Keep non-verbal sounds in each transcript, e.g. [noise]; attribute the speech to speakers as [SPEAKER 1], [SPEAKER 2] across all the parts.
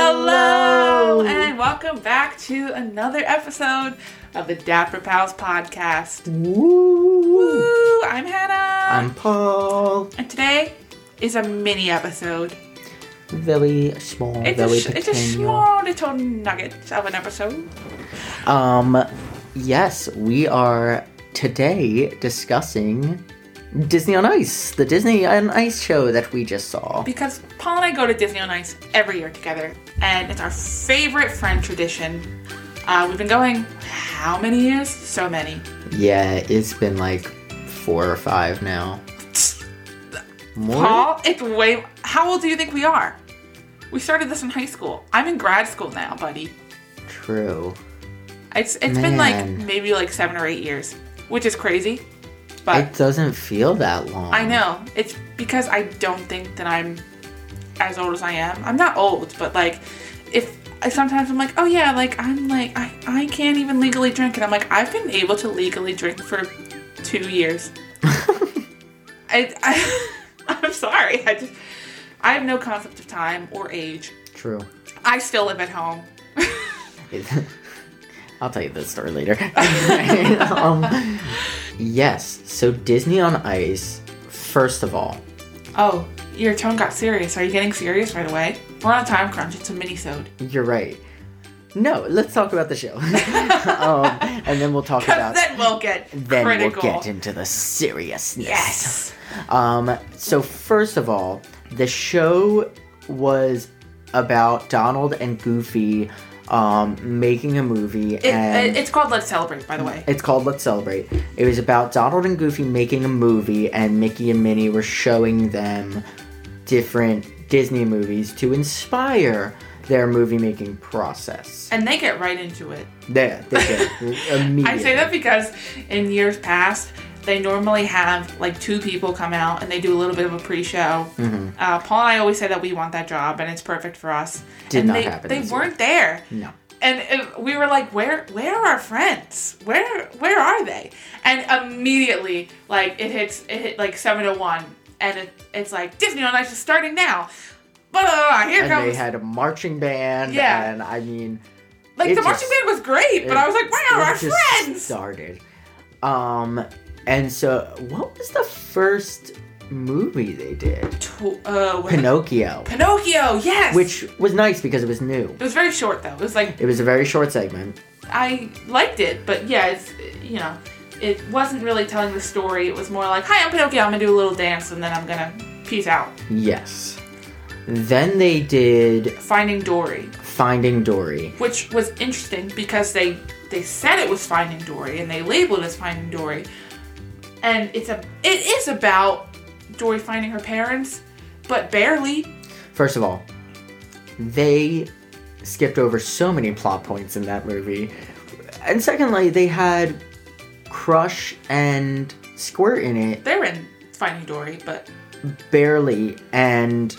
[SPEAKER 1] Hello, and welcome back to another episode of the Dapper Pals podcast.
[SPEAKER 2] Woo!
[SPEAKER 1] Woo! I'm Hannah,
[SPEAKER 2] Mm. I'm Paul.
[SPEAKER 1] and today is a mini episode.
[SPEAKER 2] Very small,
[SPEAKER 1] It's
[SPEAKER 2] very
[SPEAKER 1] a sh- it's a
[SPEAKER 2] pequeño.
[SPEAKER 1] small little nugget of an episode.
[SPEAKER 2] Um, yes, we are today discussing Disney on Ice, the Disney on Ice show that we just saw.
[SPEAKER 1] because Paul and I go to Disney on Ice every year together, and it's our favorite friend tradition. Uh, we've been going how many years? So many.
[SPEAKER 2] Yeah, it's been like four or
[SPEAKER 1] [laughs]
[SPEAKER 2] five now. More?
[SPEAKER 1] Paul, it's way. How old do you think we are? We started this in high school. I'm in grad school now, buddy.
[SPEAKER 2] True.
[SPEAKER 1] It's it's been like
[SPEAKER 2] Man.
[SPEAKER 1] maybe like seven or eight years, which is crazy.
[SPEAKER 2] It
[SPEAKER 1] But
[SPEAKER 2] doesn't feel that long.
[SPEAKER 1] I know it's because I don't think that I'm as old as I am. I'm not old, but like if I sometimes I'm like, oh yeah, like I'm like I I can't even legally drink, and I'm like I've been able to legally drink for two
[SPEAKER 2] [laughs]
[SPEAKER 1] years. I, I [laughs] I'm sorry. I just I have no concept of time or age.
[SPEAKER 2] True.
[SPEAKER 1] I still live at home. [laughs]
[SPEAKER 2] [laughs] I'll tell you this story later. [laughs] um, yes, so Disney on Ice, first of all,
[SPEAKER 1] Oh, your tone got serious. Are you getting serious right away? We're on a time crunch. It's a mini-sode. [laughs]
[SPEAKER 2] you're right. No, let's talk about the show. [laughs] um, and then we'll talk about.
[SPEAKER 1] then we'll get
[SPEAKER 2] Then
[SPEAKER 1] critical.
[SPEAKER 2] we'll get into the seriousness.
[SPEAKER 1] yes.
[SPEAKER 2] Um, so, first of all, the show was about Donald and Goofy um, making a movie.
[SPEAKER 1] It,
[SPEAKER 2] and
[SPEAKER 1] it- it's called Let's Celebrate, by the way.
[SPEAKER 2] It's called Let's Celebrate. It was about Donald and Goofy making a movie, and Mickey and Minnie were showing them different Disney movies to inspire their movie making process.
[SPEAKER 1] And they get right into it.
[SPEAKER 2] There, they did.
[SPEAKER 1] [laughs]
[SPEAKER 2] immediately.
[SPEAKER 1] I say that because in years past, they normally have like two people come out and they do a little bit of a pre-show.
[SPEAKER 2] Mm-hmm.
[SPEAKER 1] Uh, Paul and I always say that we want that job and it's perfect for us.
[SPEAKER 2] Did
[SPEAKER 1] and
[SPEAKER 2] not
[SPEAKER 1] they,
[SPEAKER 2] happen
[SPEAKER 1] They
[SPEAKER 2] this year.
[SPEAKER 1] weren't there.
[SPEAKER 2] No.
[SPEAKER 1] And it, we were like, where, where are our friends? Where, where are they? And immediately, like it hits, it hit like seven to one, and it, it's like Disney on Ice is starting now. Blah, blah, blah, here
[SPEAKER 2] And
[SPEAKER 1] comes
[SPEAKER 2] they had a marching band,
[SPEAKER 1] Yeah.
[SPEAKER 2] and I mean,
[SPEAKER 1] Like
[SPEAKER 2] It
[SPEAKER 1] the marching
[SPEAKER 2] just-
[SPEAKER 1] band was great, but I was like,
[SPEAKER 2] it
[SPEAKER 1] wow, our
[SPEAKER 2] just
[SPEAKER 1] friends.
[SPEAKER 2] started. Um, and so, what was the first movie they did?
[SPEAKER 1] To- uh, what-
[SPEAKER 2] Pinocchio,
[SPEAKER 1] Pinocchio, yes.
[SPEAKER 2] which was nice because it was new.
[SPEAKER 1] it was very short though. It was like
[SPEAKER 2] It was a very short segment.
[SPEAKER 1] I liked it, but yeah, it's you know, it wasn't really telling the story. It was more like, hi, I'm Pinocchio. I'm gonna do a little dance and then I'm gonna peace out.
[SPEAKER 2] Yes. Then they did
[SPEAKER 1] Finding Dory,
[SPEAKER 2] Finding Dory.
[SPEAKER 1] which was interesting because they they said it was Finding Dory and they labeled it as Finding Dory, and it's a it is about Dory finding her parents, but barely.
[SPEAKER 2] First of all, they skipped over so many plot points in that movie. And secondly, they had Crush and Squirt in it
[SPEAKER 1] They're in Finding Dory, but
[SPEAKER 2] barely and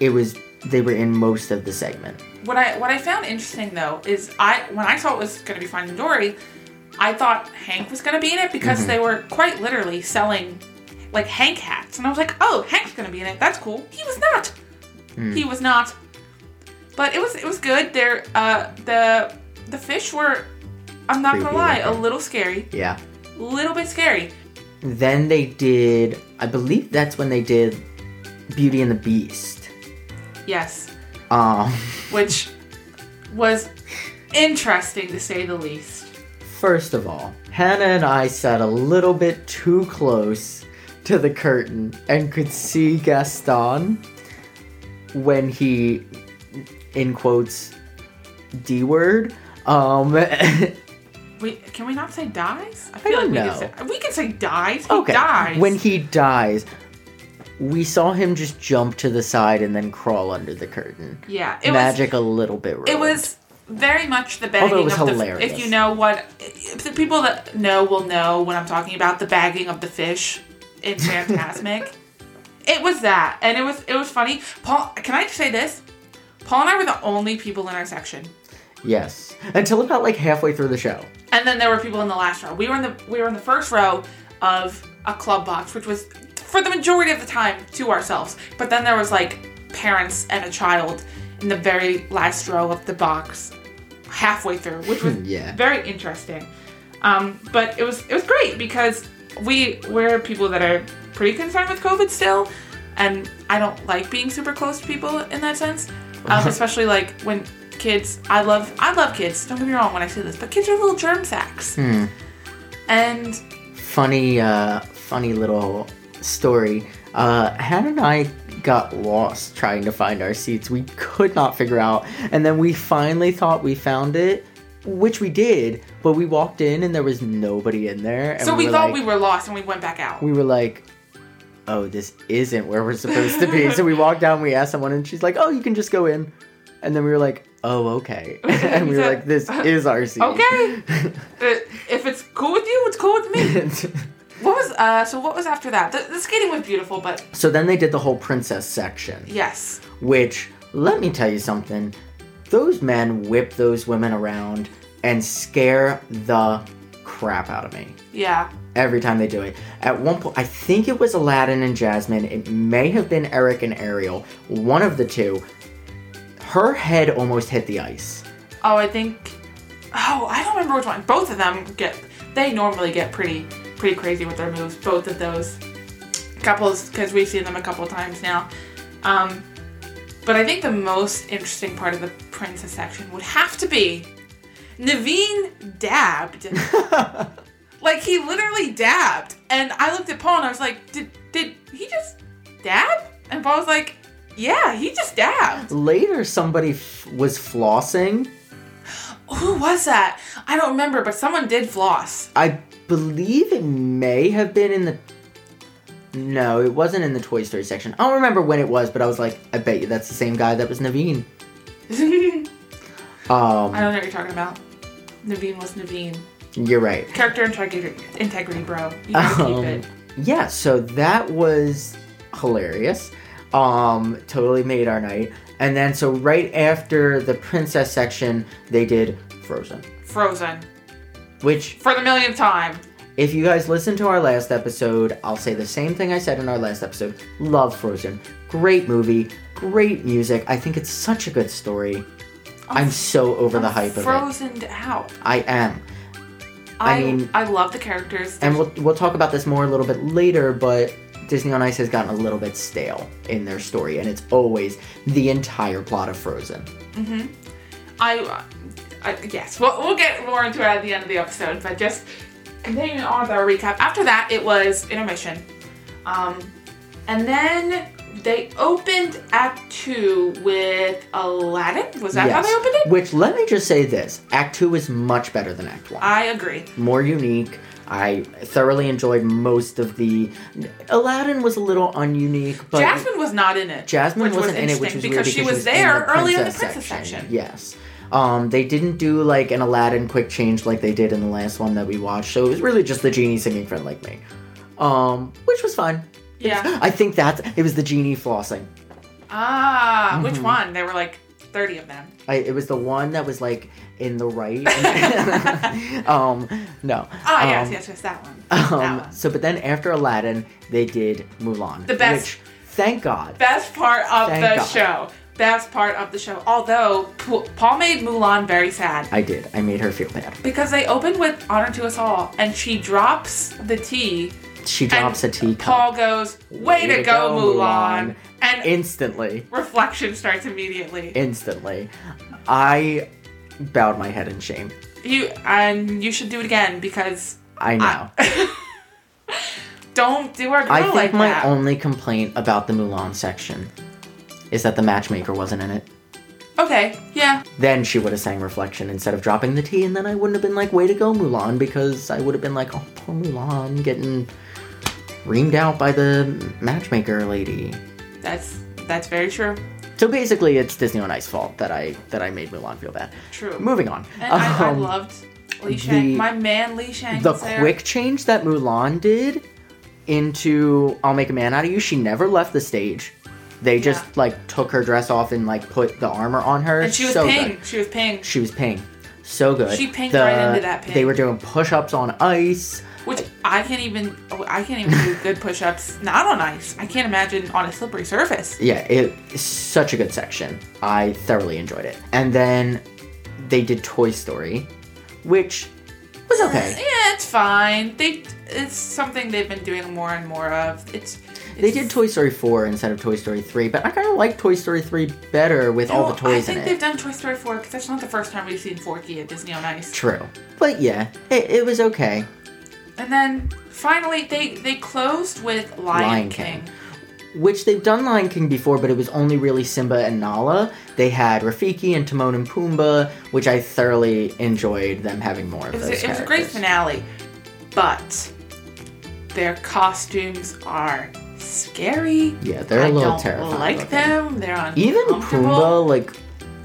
[SPEAKER 2] it was they were in most of the segment.
[SPEAKER 1] What I what I found interesting though is I when I saw it was going to be Finding Dory, I thought Hank was going to be in it because they were quite literally selling like Hank hats, and I was like, oh, Hank's going to be in it. That's cool. He was not. He was not. But it was it was good. There uh the the fish were I'm not gonna
[SPEAKER 2] Creepy
[SPEAKER 1] lie a
[SPEAKER 2] looking.
[SPEAKER 1] little scary,
[SPEAKER 2] Yeah.
[SPEAKER 1] little bit scary.
[SPEAKER 2] Then they did I believe that's when they did Beauty and the Beast.
[SPEAKER 1] Yes,
[SPEAKER 2] Um
[SPEAKER 1] which was interesting to say the least.
[SPEAKER 2] First of all, Hannah and I sat a little bit too close to the curtain and could see Gaston when he, in quotes, D word. Um, [laughs]
[SPEAKER 1] Wait, can we not say dies? I
[SPEAKER 2] don't
[SPEAKER 1] we
[SPEAKER 2] know.
[SPEAKER 1] can say we can say dies. He
[SPEAKER 2] okay.
[SPEAKER 1] dies.
[SPEAKER 2] When he dies, we saw him just jump to the side and then crawl under the curtain.
[SPEAKER 1] yeah, it
[SPEAKER 2] Magic a little bit.
[SPEAKER 1] was it
[SPEAKER 2] Ruined.
[SPEAKER 1] was very much the bagging
[SPEAKER 2] it was
[SPEAKER 1] of the
[SPEAKER 2] hilarious.
[SPEAKER 1] if you know what if the people that know will know what I'm talking about the bagging of the fish in
[SPEAKER 2] [laughs]
[SPEAKER 1] Fantasmic. it was that, and it was it was funny. Paul, can I just say this? Paul and I were the only people in our section,
[SPEAKER 2] yes until about like halfway through the show.
[SPEAKER 1] and then there were people in the last row. We were in the we were in the first row of a club box, which was for the majority of the time to ourselves. But then there was like parents and a child in the very last row of the box, halfway through, which was
[SPEAKER 2] Yeah.
[SPEAKER 1] very interesting. Um, but it was it was great because we we're people that are pretty concerned with COVID still, and I don't like being super close to people in that [laughs] sense, um, especially like when kids. I love I love kids. Don't get me wrong when I say this, but kids are little germ sacks, Hmm. and
[SPEAKER 2] funny uh funny little story uh hannah and i got lost trying to find our seats we could not figure out and then we finally thought we found it which we did but we walked in and there was nobody in there and
[SPEAKER 1] so we, thought
[SPEAKER 2] like,
[SPEAKER 1] we were lost and we went back out.
[SPEAKER 2] we were like oh this isn't where we're supposed
[SPEAKER 1] [laughs]
[SPEAKER 2] to be so we walked down we asked someone and she's like oh you can just go in and then we were like
[SPEAKER 1] [laughs]
[SPEAKER 2] oh okay and we were like this is our seat [laughs]
[SPEAKER 1] Okay. Uh, if it's cool with you, it's cool with [laughs] me. What was uh? So what was after that? The, the skating was beautiful, but
[SPEAKER 2] so then they did the whole princess section
[SPEAKER 1] yes,
[SPEAKER 2] Which, let me tell you something, those men whip those women around and scare the crap out of me
[SPEAKER 1] yeah,
[SPEAKER 2] every time they do it. At one point, I think it was Aladdin and Jasmine, it may have been Eric and Ariel, one of the two. Her head almost hit the ice. [laughs]
[SPEAKER 1] Oh, I think. Oh, I don't remember which one. Both of them get. They normally get pretty, pretty crazy with their moves. Both of those couples, because we've seen them a couple times now. Um, but I think the most interesting part of the princess section would have to be Naveen [laughs] dabbed. like he literally dabbed, and I looked at Paul and I was like, "Did did he just dab?" And Paul was like, "Yeah, he just dabbed."
[SPEAKER 2] Later, somebody f- was flossing.
[SPEAKER 1] Who was that? I don't remember, but someone did floss.
[SPEAKER 2] I believe it may have been in the. No, it wasn't in the Toy Story section. I don't remember when it was, but I was like, I bet you that's the same guy that was Naveen.
[SPEAKER 1] [laughs] I don't
[SPEAKER 2] Um,
[SPEAKER 1] know what you're talking about. Naveen was Naveen.
[SPEAKER 2] you're right.
[SPEAKER 1] Character integrity, integrity, bro. You gotta
[SPEAKER 2] Um,
[SPEAKER 1] keep it.
[SPEAKER 2] Yeah, so that was hilarious. Um, totally made our night. And then, so right after the princess section, they did Frozen,
[SPEAKER 1] Frozen
[SPEAKER 2] which
[SPEAKER 1] for the millionth time.
[SPEAKER 2] If you guys listened to our last episode, I'll say the same thing I said in our last episode. Love Frozen. Great movie, great music. I think it's such a good story. I'm so over the hype of it.
[SPEAKER 1] Frozened out.
[SPEAKER 2] I am.
[SPEAKER 1] I,
[SPEAKER 2] I
[SPEAKER 1] I
[SPEAKER 2] mean-
[SPEAKER 1] love the characters.
[SPEAKER 2] And we'll we'll talk about this more a little bit later, but Disney on Ice has gotten a little bit stale in their story, and it's always the entire plot of Frozen.
[SPEAKER 1] I, I yes, we'll, we'll get more into it at the end of the episode, but just continuing on with our recap. After that, it was intermission, um, and then they opened Act Two with Aladdin. Was that how they opened it?
[SPEAKER 2] Which let me just say this. Act two is much better than Act One.
[SPEAKER 1] I agree.
[SPEAKER 2] more unique. I thoroughly enjoyed most of the. Aladdin was a little ununique, but
[SPEAKER 1] Jasmine was not in it.
[SPEAKER 2] Jasmine
[SPEAKER 1] which
[SPEAKER 2] wasn't in it,
[SPEAKER 1] interesting
[SPEAKER 2] which
[SPEAKER 1] because
[SPEAKER 2] was weird
[SPEAKER 1] she
[SPEAKER 2] because
[SPEAKER 1] was there early in the
[SPEAKER 2] princess
[SPEAKER 1] princess section.
[SPEAKER 2] Yes. Um, they didn't do like an Aladdin quick change like they did in the last one that we watched, so it was really just the genie singing "Friend Like Me," um, which was fun. [gasps]
[SPEAKER 1] Yeah.
[SPEAKER 2] [laughs] I think that's it was the genie flossing.
[SPEAKER 1] Ah, which
[SPEAKER 2] Mm-hmm.
[SPEAKER 1] one? There were like thirty of them.
[SPEAKER 2] I, it was the one that was like in
[SPEAKER 1] [laughs]
[SPEAKER 2] the right. [laughs] um, no.
[SPEAKER 1] Ah, yes,
[SPEAKER 2] Um,
[SPEAKER 1] yes, yes, that one. that
[SPEAKER 2] Um,
[SPEAKER 1] one.
[SPEAKER 2] so, but then after Aladdin, they did Mulan.
[SPEAKER 1] The best-
[SPEAKER 2] Which, thank God.
[SPEAKER 1] Best part of
[SPEAKER 2] Thank
[SPEAKER 1] the
[SPEAKER 2] God.
[SPEAKER 1] show. Best part of the show. Although P- Paul made Mulan very sad
[SPEAKER 2] I did. I made her feel bad.
[SPEAKER 1] because they opened with "Honor to Us All" and she drops the tea.
[SPEAKER 2] She
[SPEAKER 1] and
[SPEAKER 2] drops a teacup
[SPEAKER 1] Paul goes, "Way, to, go, Mulan!" and
[SPEAKER 2] instantly.
[SPEAKER 1] reflection starts immediately.
[SPEAKER 2] Instantly. I bowed my head in shame.
[SPEAKER 1] you and you should do it again because [laughs]
[SPEAKER 2] I know.
[SPEAKER 1] don't do our girl
[SPEAKER 2] I think
[SPEAKER 1] like
[SPEAKER 2] my
[SPEAKER 1] that.
[SPEAKER 2] only complaint about the Mulan section is that the matchmaker wasn't in it.
[SPEAKER 1] okay, yeah,
[SPEAKER 2] Then she would have sang Reflection instead of dropping the tea, and then I wouldn't have been like, way to go, Mulan, because I would have been like, oh, poor Mulan getting reamed out by the matchmaker lady.
[SPEAKER 1] that's that's very true.
[SPEAKER 2] So basically, it's Disney on Ice fault that I that I made Mulan feel bad.
[SPEAKER 1] True.
[SPEAKER 2] Moving on.
[SPEAKER 1] And I, I
[SPEAKER 2] Um,
[SPEAKER 1] loved Li Shang.
[SPEAKER 2] the-
[SPEAKER 1] My man Li Shang.
[SPEAKER 2] the
[SPEAKER 1] was there.
[SPEAKER 2] quick change that Mulan did into "I'll make a man out of you," she never left the stage. They just
[SPEAKER 1] Yeah.
[SPEAKER 2] like took her dress off and like put the armor on her.
[SPEAKER 1] And she was
[SPEAKER 2] so good.
[SPEAKER 1] pinged. She was pinged.
[SPEAKER 2] She was ping. So good.
[SPEAKER 1] She pinged right into that ping.
[SPEAKER 2] They were doing push ups on ice.
[SPEAKER 1] Which I can't even oh, I can't even do good push-ups not on ice. I can't imagine on a slippery surface.
[SPEAKER 2] Yeah, it's such a good section. I thoroughly enjoyed it. And then they did Toy Story, which was okay.
[SPEAKER 1] Yeah, it's fine. They it's something they've been doing more and more of. It's, it's
[SPEAKER 2] They did Toy Story 4 instead of Toy Story 3, but I kind of like Toy Story 3 better with all
[SPEAKER 1] No,
[SPEAKER 2] the toys
[SPEAKER 1] I think
[SPEAKER 2] in
[SPEAKER 1] they've
[SPEAKER 2] it.
[SPEAKER 1] done Toy Story 4 because that's not the first time we've seen Forky at Disney on Ice.
[SPEAKER 2] True. But yeah, it, it was okay.
[SPEAKER 1] And then finally, they they closed with Lion,
[SPEAKER 2] Lion
[SPEAKER 1] King.
[SPEAKER 2] King. Which they've done Lion King before, but it was only really Simba and Nala. They had Rafiki and Timon and Pumbaa, which I thoroughly enjoyed them having more of
[SPEAKER 1] It was,
[SPEAKER 2] those
[SPEAKER 1] a, it was a great
[SPEAKER 2] characters.
[SPEAKER 1] finale, but their costumes are scary.
[SPEAKER 2] Yeah, they're a
[SPEAKER 1] I
[SPEAKER 2] little
[SPEAKER 1] don't
[SPEAKER 2] terrifying
[SPEAKER 1] Like
[SPEAKER 2] looking.
[SPEAKER 1] them, they're uncomfortable.
[SPEAKER 2] Even Pumbaa, like,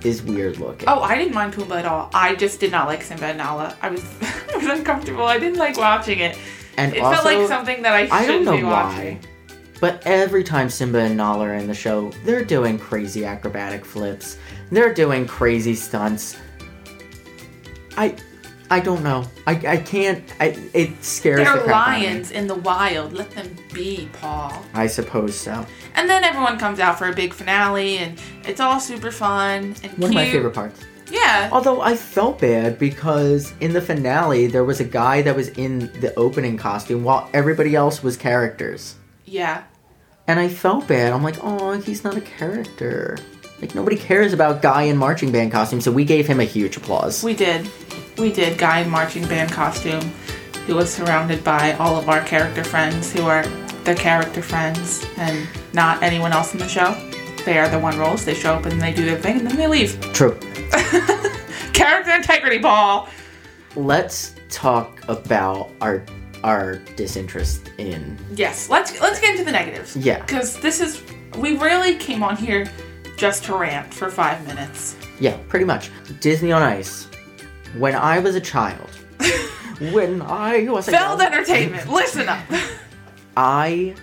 [SPEAKER 2] is weird looking.
[SPEAKER 1] Oh, I didn't mind Pumbaa at all. I just did not like Simba and Nala. I was, [laughs] I was uncomfortable. I didn't like watching it.
[SPEAKER 2] and
[SPEAKER 1] It
[SPEAKER 2] also,
[SPEAKER 1] felt like something that I shouldn't
[SPEAKER 2] I don't know
[SPEAKER 1] be
[SPEAKER 2] why,
[SPEAKER 1] watching.
[SPEAKER 2] but every time Simba and Nala are in the show, they're doing crazy acrobatic flips. They're doing crazy stunts. I, I don't know. I, I can't. I, it scares the
[SPEAKER 1] They're
[SPEAKER 2] crap out of me.
[SPEAKER 1] lions in the wild. Let them be, Paul.
[SPEAKER 2] I suppose so.
[SPEAKER 1] And then everyone comes out for a big finale, and it's all super fun and cute.
[SPEAKER 2] One of my favorite parts.
[SPEAKER 1] Yeah.
[SPEAKER 2] Although I felt bad because in the finale there was a guy that was in the opening costume while everybody else was characters.
[SPEAKER 1] Yeah.
[SPEAKER 2] And I felt bad. I'm like, oh, he's not a character. Like nobody cares about guy in marching band costume, so we gave him a huge applause.
[SPEAKER 1] We did. We did. Guy in marching band costume who was surrounded by all of our character friends who are the character friends and not anyone else in the show. They are the one roles. They show up and they do their thing and then they leave.
[SPEAKER 2] True.
[SPEAKER 1] Character integrity ball.
[SPEAKER 2] Let's talk about our our disinterest in
[SPEAKER 1] Yes. Let's let's get into the negatives.
[SPEAKER 2] Yeah.
[SPEAKER 1] Because this is we really came on here just to rant for five minutes.
[SPEAKER 2] Yeah, pretty much. Disney on Ice. When I was a child, when I was a
[SPEAKER 1] Failed
[SPEAKER 2] young-
[SPEAKER 1] entertainment. Listen
[SPEAKER 2] [laughs]
[SPEAKER 1] up.
[SPEAKER 2] I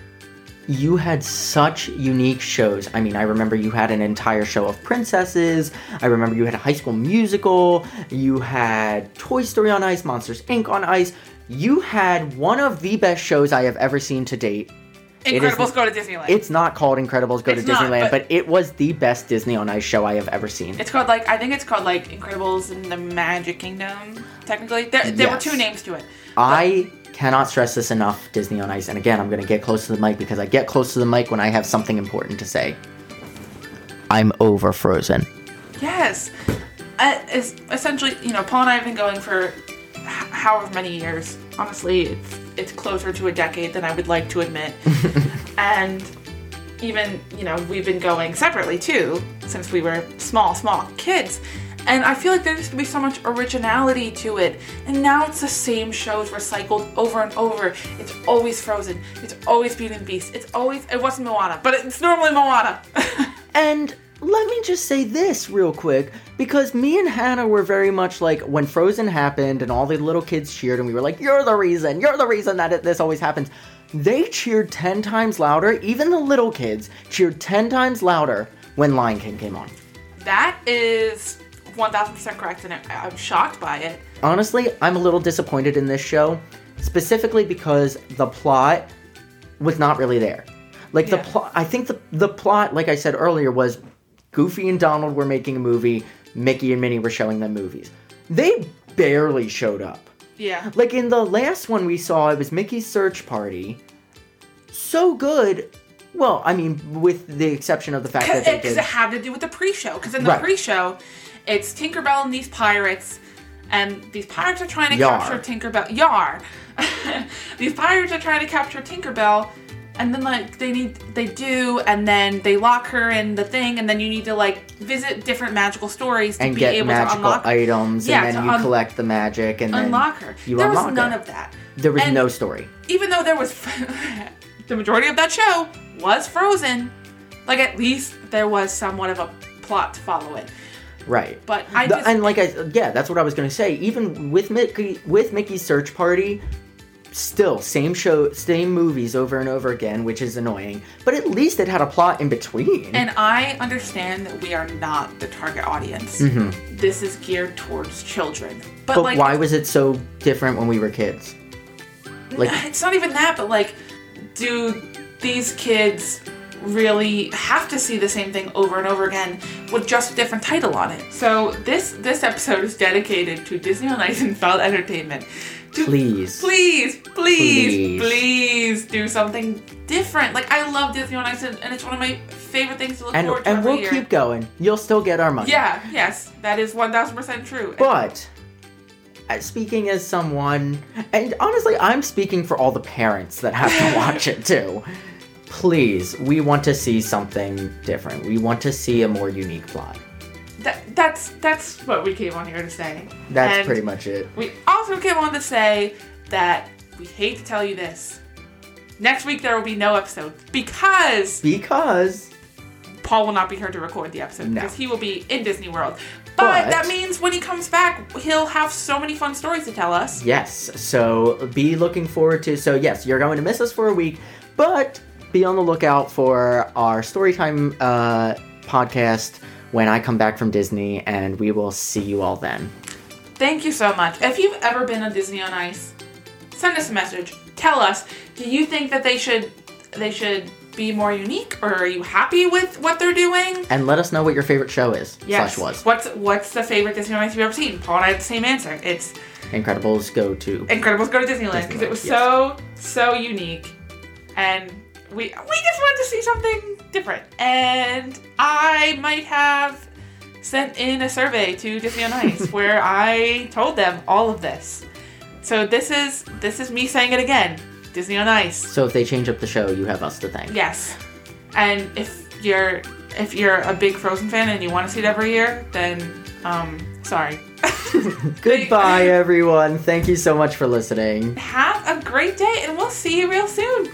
[SPEAKER 2] you had such unique shows. I mean, I remember you had an entire show of princesses. I remember you had a high school musical. You had Toy Story on Ice, Monsters Inc. on Ice. You had one of the best shows I have ever seen to date. is-
[SPEAKER 1] Incredibles go to Disneyland.
[SPEAKER 2] It's not called Incredibles Go
[SPEAKER 1] It's
[SPEAKER 2] to
[SPEAKER 1] not,
[SPEAKER 2] Disneyland,
[SPEAKER 1] but-
[SPEAKER 2] but, it was the best Disney on Ice show I have
[SPEAKER 1] [laughs]
[SPEAKER 2] ever seen.
[SPEAKER 1] It's called like I think it's called like Incredibles in the Magic Kingdom. Technically, there, there
[SPEAKER 2] Yes.
[SPEAKER 1] were two names to it.
[SPEAKER 2] I cannot stress this enough, Disney on Ice. And again, I'm going to get close to the mic because I get close to the mic when I have something important to say. I'm over Frozen.
[SPEAKER 1] Yes, uh, it's essentially you know Paul and I have been going for h- however many years. Honestly, it's it's closer to a decade than I would like to admit. and even you know we've been going separately too since we were small small kids. And I feel like there used to be so much originality to it. And now it's the same shows recycled over and over. It's always Frozen. It's always Beauty and the Beast. It's always, it wasn't Moana, but it's normally Moana. [laughs]
[SPEAKER 2] And let me just say this real quick because me and Hannah were very much like when Frozen happened and all the little kids cheered and we were like, You're the reason, you're the reason that it, this always happens. They cheered 10 times louder, even the little kids cheered 10 times louder when Lion King came on.
[SPEAKER 1] That is 1000% correct, and I- I'm shocked by it.
[SPEAKER 2] Honestly, I'm a little disappointed in this show, specifically because the plot was not really there. Like the
[SPEAKER 1] Yeah.
[SPEAKER 2] plot, I think the the plot, like I said earlier, was Goofy and Donald were making a movie. Mickey and Minnie were showing them movies. They barely showed up.
[SPEAKER 1] Yeah.
[SPEAKER 2] Like in the last one we saw, it was Mickey's search party. So good. Well, I mean, with the exception of the fact that they
[SPEAKER 1] Because
[SPEAKER 2] did.
[SPEAKER 1] it had to do with the pre show. Because in the
[SPEAKER 2] Right.
[SPEAKER 1] pre show, it's Tinkerbell and these pirates, and these pirates are trying to
[SPEAKER 2] Yar.
[SPEAKER 1] capture Tinkerbell. Yar! [laughs] these pirates are trying to capture Tinkerbell. And then like they need they do and then they lock her in the thing and then you need to like visit different magical stories to
[SPEAKER 2] And
[SPEAKER 1] be
[SPEAKER 2] get
[SPEAKER 1] able to
[SPEAKER 2] magical
[SPEAKER 1] unlock
[SPEAKER 2] items,
[SPEAKER 1] Yeah,
[SPEAKER 2] and
[SPEAKER 1] to
[SPEAKER 2] then you
[SPEAKER 1] un-
[SPEAKER 2] collect the magic, and then
[SPEAKER 1] unlock her.
[SPEAKER 2] You
[SPEAKER 1] there
[SPEAKER 2] unlock
[SPEAKER 1] was
[SPEAKER 2] her.
[SPEAKER 1] none of that.
[SPEAKER 2] There was
[SPEAKER 1] And-
[SPEAKER 2] no story.
[SPEAKER 1] even though there was [laughs] the majority of that show was frozen like at least there was somewhat of a plot to follow it
[SPEAKER 2] Right.
[SPEAKER 1] but i
[SPEAKER 2] The-
[SPEAKER 1] just
[SPEAKER 2] and like I yeah, that's what I was gonna say. Even with Mickey with Mickey's search party, still same show, same movies over and over again, which is annoying. But at least it had a plot in between.
[SPEAKER 1] and i understand that we are not the target audience this is geared towards children but,
[SPEAKER 2] Mm-hmm. but
[SPEAKER 1] like
[SPEAKER 2] why was it so different when we were kids? Like,
[SPEAKER 1] it's not even that, but like, do these kids really have to see the same thing over and over again with just a different title on it? So this this episode is dedicated to Disney on Ice and Felt Entertainment. To
[SPEAKER 2] please.
[SPEAKER 1] please, please,
[SPEAKER 2] Please.
[SPEAKER 1] please do something different. Like I love Disney on Ice, and and it's one of my favorite things to look
[SPEAKER 2] And,
[SPEAKER 1] forward to
[SPEAKER 2] and
[SPEAKER 1] every
[SPEAKER 2] we'll
[SPEAKER 1] year.
[SPEAKER 2] keep going. You'll still get our money.
[SPEAKER 1] yeah, yes, that is one thousand percent true. And-
[SPEAKER 2] But uh, speaking as someone, and honestly, I'm speaking for all the parents that have
[SPEAKER 1] [laughs]
[SPEAKER 2] to watch it too. Please, we want to see something different. We want to see a more unique plot.
[SPEAKER 1] That, that's that's what we came on here to say.
[SPEAKER 2] That's
[SPEAKER 1] And
[SPEAKER 2] pretty much it.
[SPEAKER 1] We also came on to say that we hate to tell you this. Next week there will be no episode because
[SPEAKER 2] Because
[SPEAKER 1] Paul will not be here to record the episode
[SPEAKER 2] No.
[SPEAKER 1] because he will be in Disney World. But,
[SPEAKER 2] But-
[SPEAKER 1] that means when he comes back, he'll have so many fun stories to tell us.
[SPEAKER 2] Yes, so be looking forward to. So, yes, you're going to miss us for a week, but be on the lookout for our Storytime uh, podcast when I come back from Disney, and we will see you all then.
[SPEAKER 1] Thank you so much. If you've ever been on Disney on Ice, send us a message. Tell us, do you think that they should they should be more unique or are you happy with what they're doing?
[SPEAKER 2] And let us know what your favorite show is,
[SPEAKER 1] Yes.
[SPEAKER 2] slash was.
[SPEAKER 1] What's what's the favorite Disney romance you've ever seen? Paul and I had the same answer. It's
[SPEAKER 2] Incredibles go to.
[SPEAKER 1] Incredibles Go to Disneyland because it
[SPEAKER 2] Disneyland,
[SPEAKER 1] was
[SPEAKER 2] yes.
[SPEAKER 1] so so unique, and we we just wanted to see something different. And I might have sent in a survey to Disney on Ice where I told them all of this. So this is this is me saying it again. Disney on Ice.
[SPEAKER 2] So, if they change up the show, you have us to thank.
[SPEAKER 1] Yes. And if you're if you're a big Frozen fan and you want to see it every year, then um sorry.
[SPEAKER 2] Goodbye, everyone. Thank you so much for listening.
[SPEAKER 1] Have a great day and we'll see you real soon.